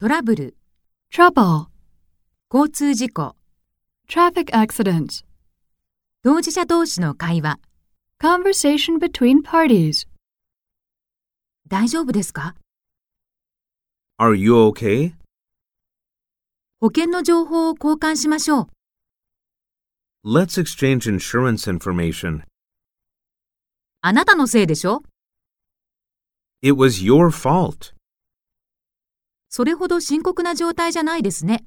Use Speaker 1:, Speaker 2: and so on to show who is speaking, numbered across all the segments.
Speaker 1: トラブル、
Speaker 2: trouble,
Speaker 1: 交通事故、
Speaker 2: traffic accident,
Speaker 1: 当事者同士の会話、
Speaker 2: conversation between parties.
Speaker 1: 大丈夫ですか
Speaker 3: Are you okay?
Speaker 1: 保険の情報を交換しましょう。
Speaker 3: Let's exchange insurance information.
Speaker 1: あなたのせいでしょ
Speaker 3: It was your fault.
Speaker 1: それほど深刻な状態じゃないですね。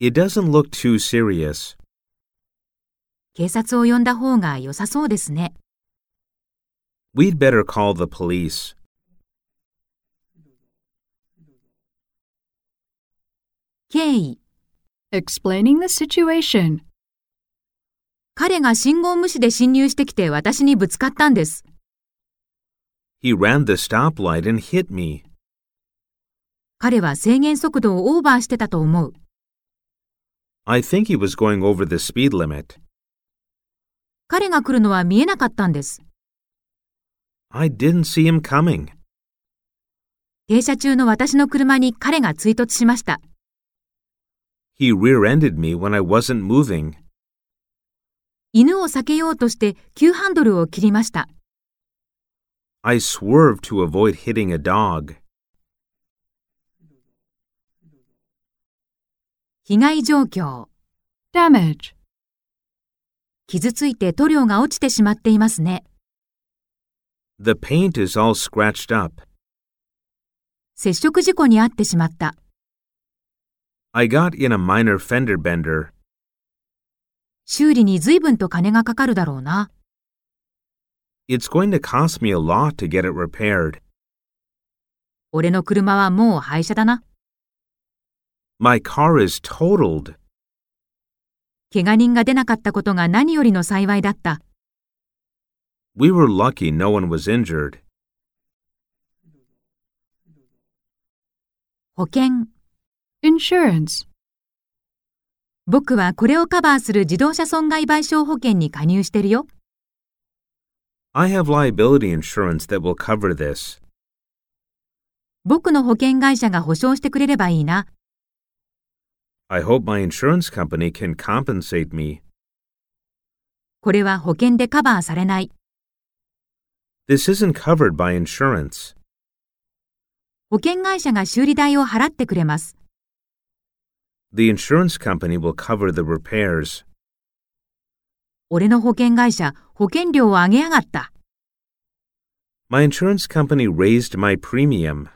Speaker 3: It doesn't look too serious.
Speaker 1: 警察を呼んだ方が良さそうですね。
Speaker 3: We'd better call the police.
Speaker 1: 経緯、
Speaker 2: Explaining the situation.
Speaker 1: 彼が信号無視で侵入してきて私にぶつかったんです。
Speaker 3: He ran the stoplight and hit me.
Speaker 1: 彼は制限速度をオーバーしてたと思う。
Speaker 3: I think he was going over the speed limit.
Speaker 1: 彼が来るのは見えなかったんです。
Speaker 3: I didn't see him coming.
Speaker 1: 停車中の私の車に彼が追突しました。
Speaker 3: He rear ended me when I wasn't moving.
Speaker 1: 犬を避けようとして急ハンドルを切りました。
Speaker 3: I swerved to avoid hitting a dog.
Speaker 1: 被害状況。
Speaker 2: Damage.
Speaker 1: 傷ついて塗料が落ちてしまっていますね。
Speaker 3: The paint is all scratched up.
Speaker 1: 接触事故に遭ってしまった。
Speaker 3: I got in a minor fender bender.
Speaker 1: 修理に随分と金がかかるだろうな。
Speaker 3: It's going to cost me a lot to get it repaired.
Speaker 1: 俺の車はもう廃車だな。
Speaker 3: My car is totaled.
Speaker 1: 怪我人が出なかったことが何よりの幸いだった。
Speaker 3: We were lucky no one was injured.
Speaker 1: 保険。
Speaker 2: Insurance.
Speaker 1: 僕はこれをカバーする自動車損害賠償保険に加入してるよ。
Speaker 3: I have liability insurance that will cover this.
Speaker 1: 僕の保険会社が保証してくれればいいな。
Speaker 3: I hope my insurance company can compensate me.
Speaker 1: これは保険でカバーされない。
Speaker 3: This isn't covered by insurance.
Speaker 1: 保険会社が修理代を払ってくれます。
Speaker 3: The insurance company will cover the repairs.
Speaker 1: 俺の保険会社、保険料を上げやがった。
Speaker 3: My insurance company raised my premium.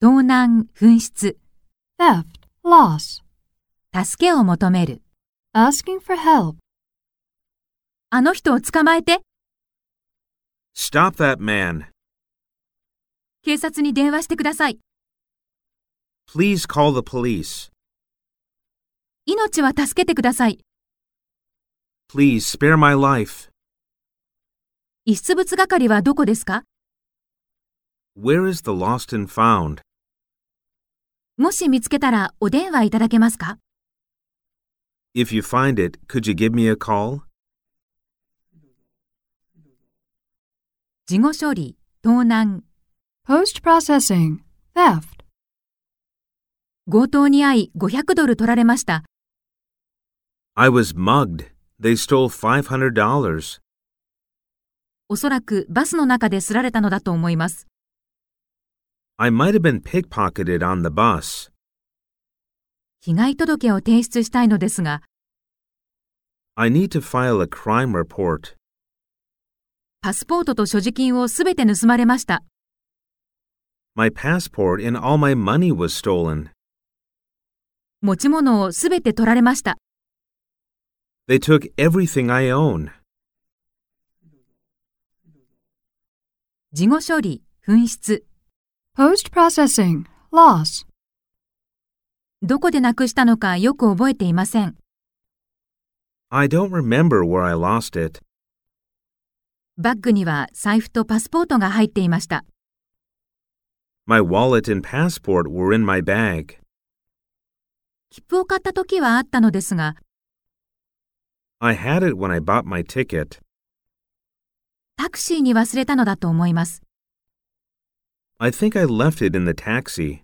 Speaker 1: 盗難、紛失、
Speaker 2: Theft. Loss.
Speaker 1: 助けを求める。
Speaker 2: Asking for help.
Speaker 1: あの人を捕まえて。
Speaker 3: Stop that man.
Speaker 1: 警察に電話してください。
Speaker 3: Please call the police.
Speaker 1: 命は助けてください。
Speaker 3: Please spare my life.
Speaker 1: 遺失物係はどこですか
Speaker 3: Where is the lost and found?
Speaker 1: もし見つけたらお電話いただけますか
Speaker 3: If you find it, could you give me a call?
Speaker 1: 事後処理、盗難、
Speaker 2: Post processing. Theft.
Speaker 1: 強盗に遭い500ドル取られました。
Speaker 3: I was mugged. They stole $500.
Speaker 1: おそらくバスの中ですられたのだと思います。
Speaker 3: I might have been pickpocketed on the bus.
Speaker 1: 被害届を提出したいのですが、
Speaker 3: I need to file a crime report.
Speaker 1: パスポートと所持金をすべて盗まれました。
Speaker 3: My passport and all my money was stolen.
Speaker 1: 持ち物をすべて取られました。
Speaker 3: They took everything I own.
Speaker 1: 事後処理、紛失、
Speaker 2: Post processing. Loss.
Speaker 1: どこでなくしたのかよく覚えていません。
Speaker 3: I don't remember where I lost it.
Speaker 1: バッグには財布とパスポートが入っていました。
Speaker 3: My wallet and passport were in my bag.
Speaker 1: 切符を買った時はあったのですが、
Speaker 3: I had it when I bought my ticket.
Speaker 1: タクシーに忘れたのだと思います。
Speaker 3: I think I left it in the taxi.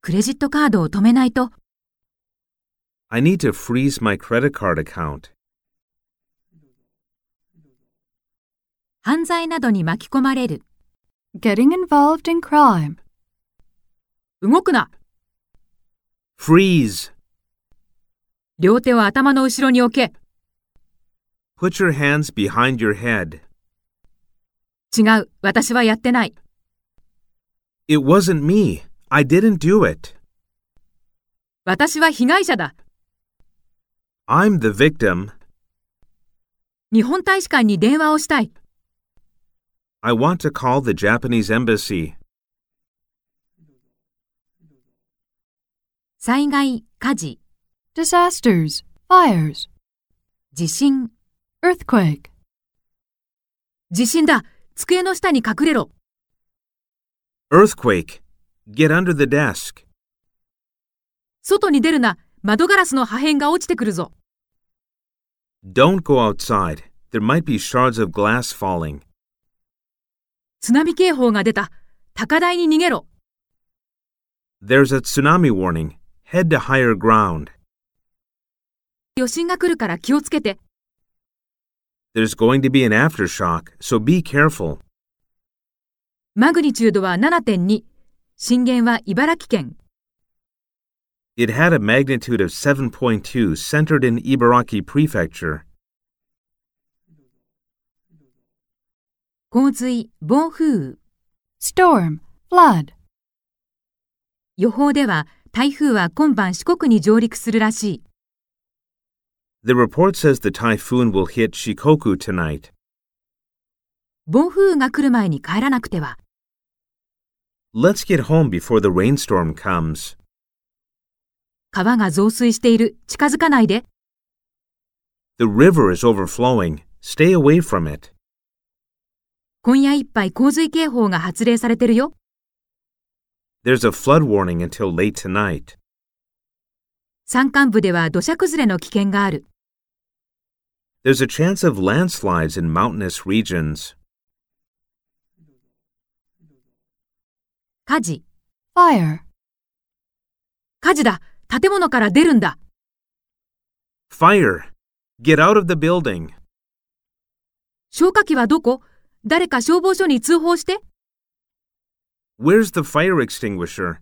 Speaker 1: クレジットカードを止めないと、
Speaker 3: I need to freeze my credit card account.
Speaker 1: 犯罪などに巻き込まれる。
Speaker 2: Getting involved in crime.
Speaker 1: 動くな
Speaker 3: Freeze!
Speaker 1: 両手を頭の後ろに置け
Speaker 3: Put your hands behind your head.
Speaker 1: 違う、私はやってない。
Speaker 3: It wasn't me. I didn't do it.
Speaker 1: 私は被害者だ。
Speaker 3: I'm the victim.
Speaker 1: 日本大使館に電話をしたい。
Speaker 3: I want to call the Japanese embassy.
Speaker 1: 災害、火事、
Speaker 2: Disasters. Fires.
Speaker 1: 地震。
Speaker 2: Earthquake.
Speaker 1: 地震だ机の下に隠れろ
Speaker 3: Earthquake. Get under the desk.
Speaker 1: 外に出るな窓ガラスの破片が落ちてくるぞ
Speaker 3: Don't go outside. There might be shards of glass falling.
Speaker 1: 津波警報が出た高台に逃げろ
Speaker 3: There's a tsunami warning. Head to higher ground.
Speaker 1: 余震が来るから気をつけて
Speaker 3: There's going to be an aftershock, so be careful.
Speaker 1: マグニチュードは7.2震源は茨城県
Speaker 3: It had a magnitude of 7.2 centered in Ibaraki Prefecture.
Speaker 1: 洪水暴風雨
Speaker 2: Storm. Flood.
Speaker 1: 予報では台風は今晩四国に上陸するらしい
Speaker 3: The report says the typhoon will hit Shikoku tonight.
Speaker 1: 暴風雨が来る前に帰らなくては
Speaker 3: Let's get home before the rainstorm comes.
Speaker 1: 川が増水している近づかないで
Speaker 3: The river is overflowing. Stay away from it.
Speaker 1: 今夜いっぱい洪水警報が発令されてるよ
Speaker 3: There's a flood warning until late tonight.
Speaker 1: 山間部では土砂崩れの危険がある
Speaker 3: There's a chance of landslides in mountainous regions.
Speaker 1: 火事
Speaker 2: Fire.
Speaker 1: 火事だ建物から出るんだ
Speaker 3: Fire! Get out of the building!
Speaker 1: 消火器はどこ誰か消防署に通報して
Speaker 3: Where's the fire extinguisher?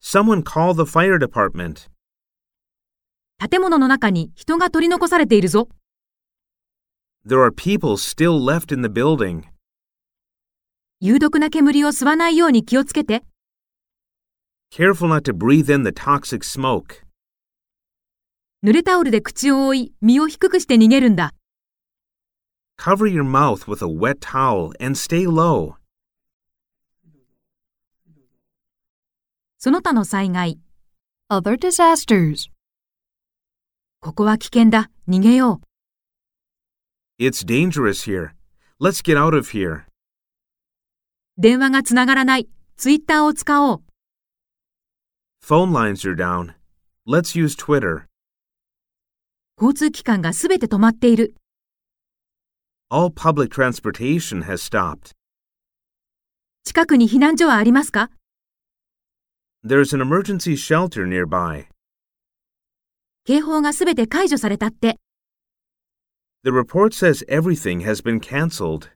Speaker 3: Someone call the fire department.
Speaker 1: 建物の中に人が取り残されているぞ
Speaker 3: There are people still left in the building.
Speaker 1: 有毒な煙を吸わないように気をつけて
Speaker 3: Careful not to breathe in the toxic smoke.
Speaker 1: 濡れタオルで口を覆い身を低くして逃げるんだ
Speaker 3: Cover your mouth with a wet towel and stay low.
Speaker 1: その他の災害
Speaker 2: Other disasters.
Speaker 1: ここは危険だ逃げよう
Speaker 3: It's dangerous here. Let's get out of here.
Speaker 1: 電話がつながらないツイッターを使おう
Speaker 3: Phone lines are down. Let's use Twitter.
Speaker 1: 交通機関がすべて止まっている
Speaker 3: All public transportation has stopped.
Speaker 1: 近くに避難所はありますか
Speaker 3: There's an emergency shelter nearby.
Speaker 1: 警報がすべて解除されたって
Speaker 3: The report says everything has been canceled.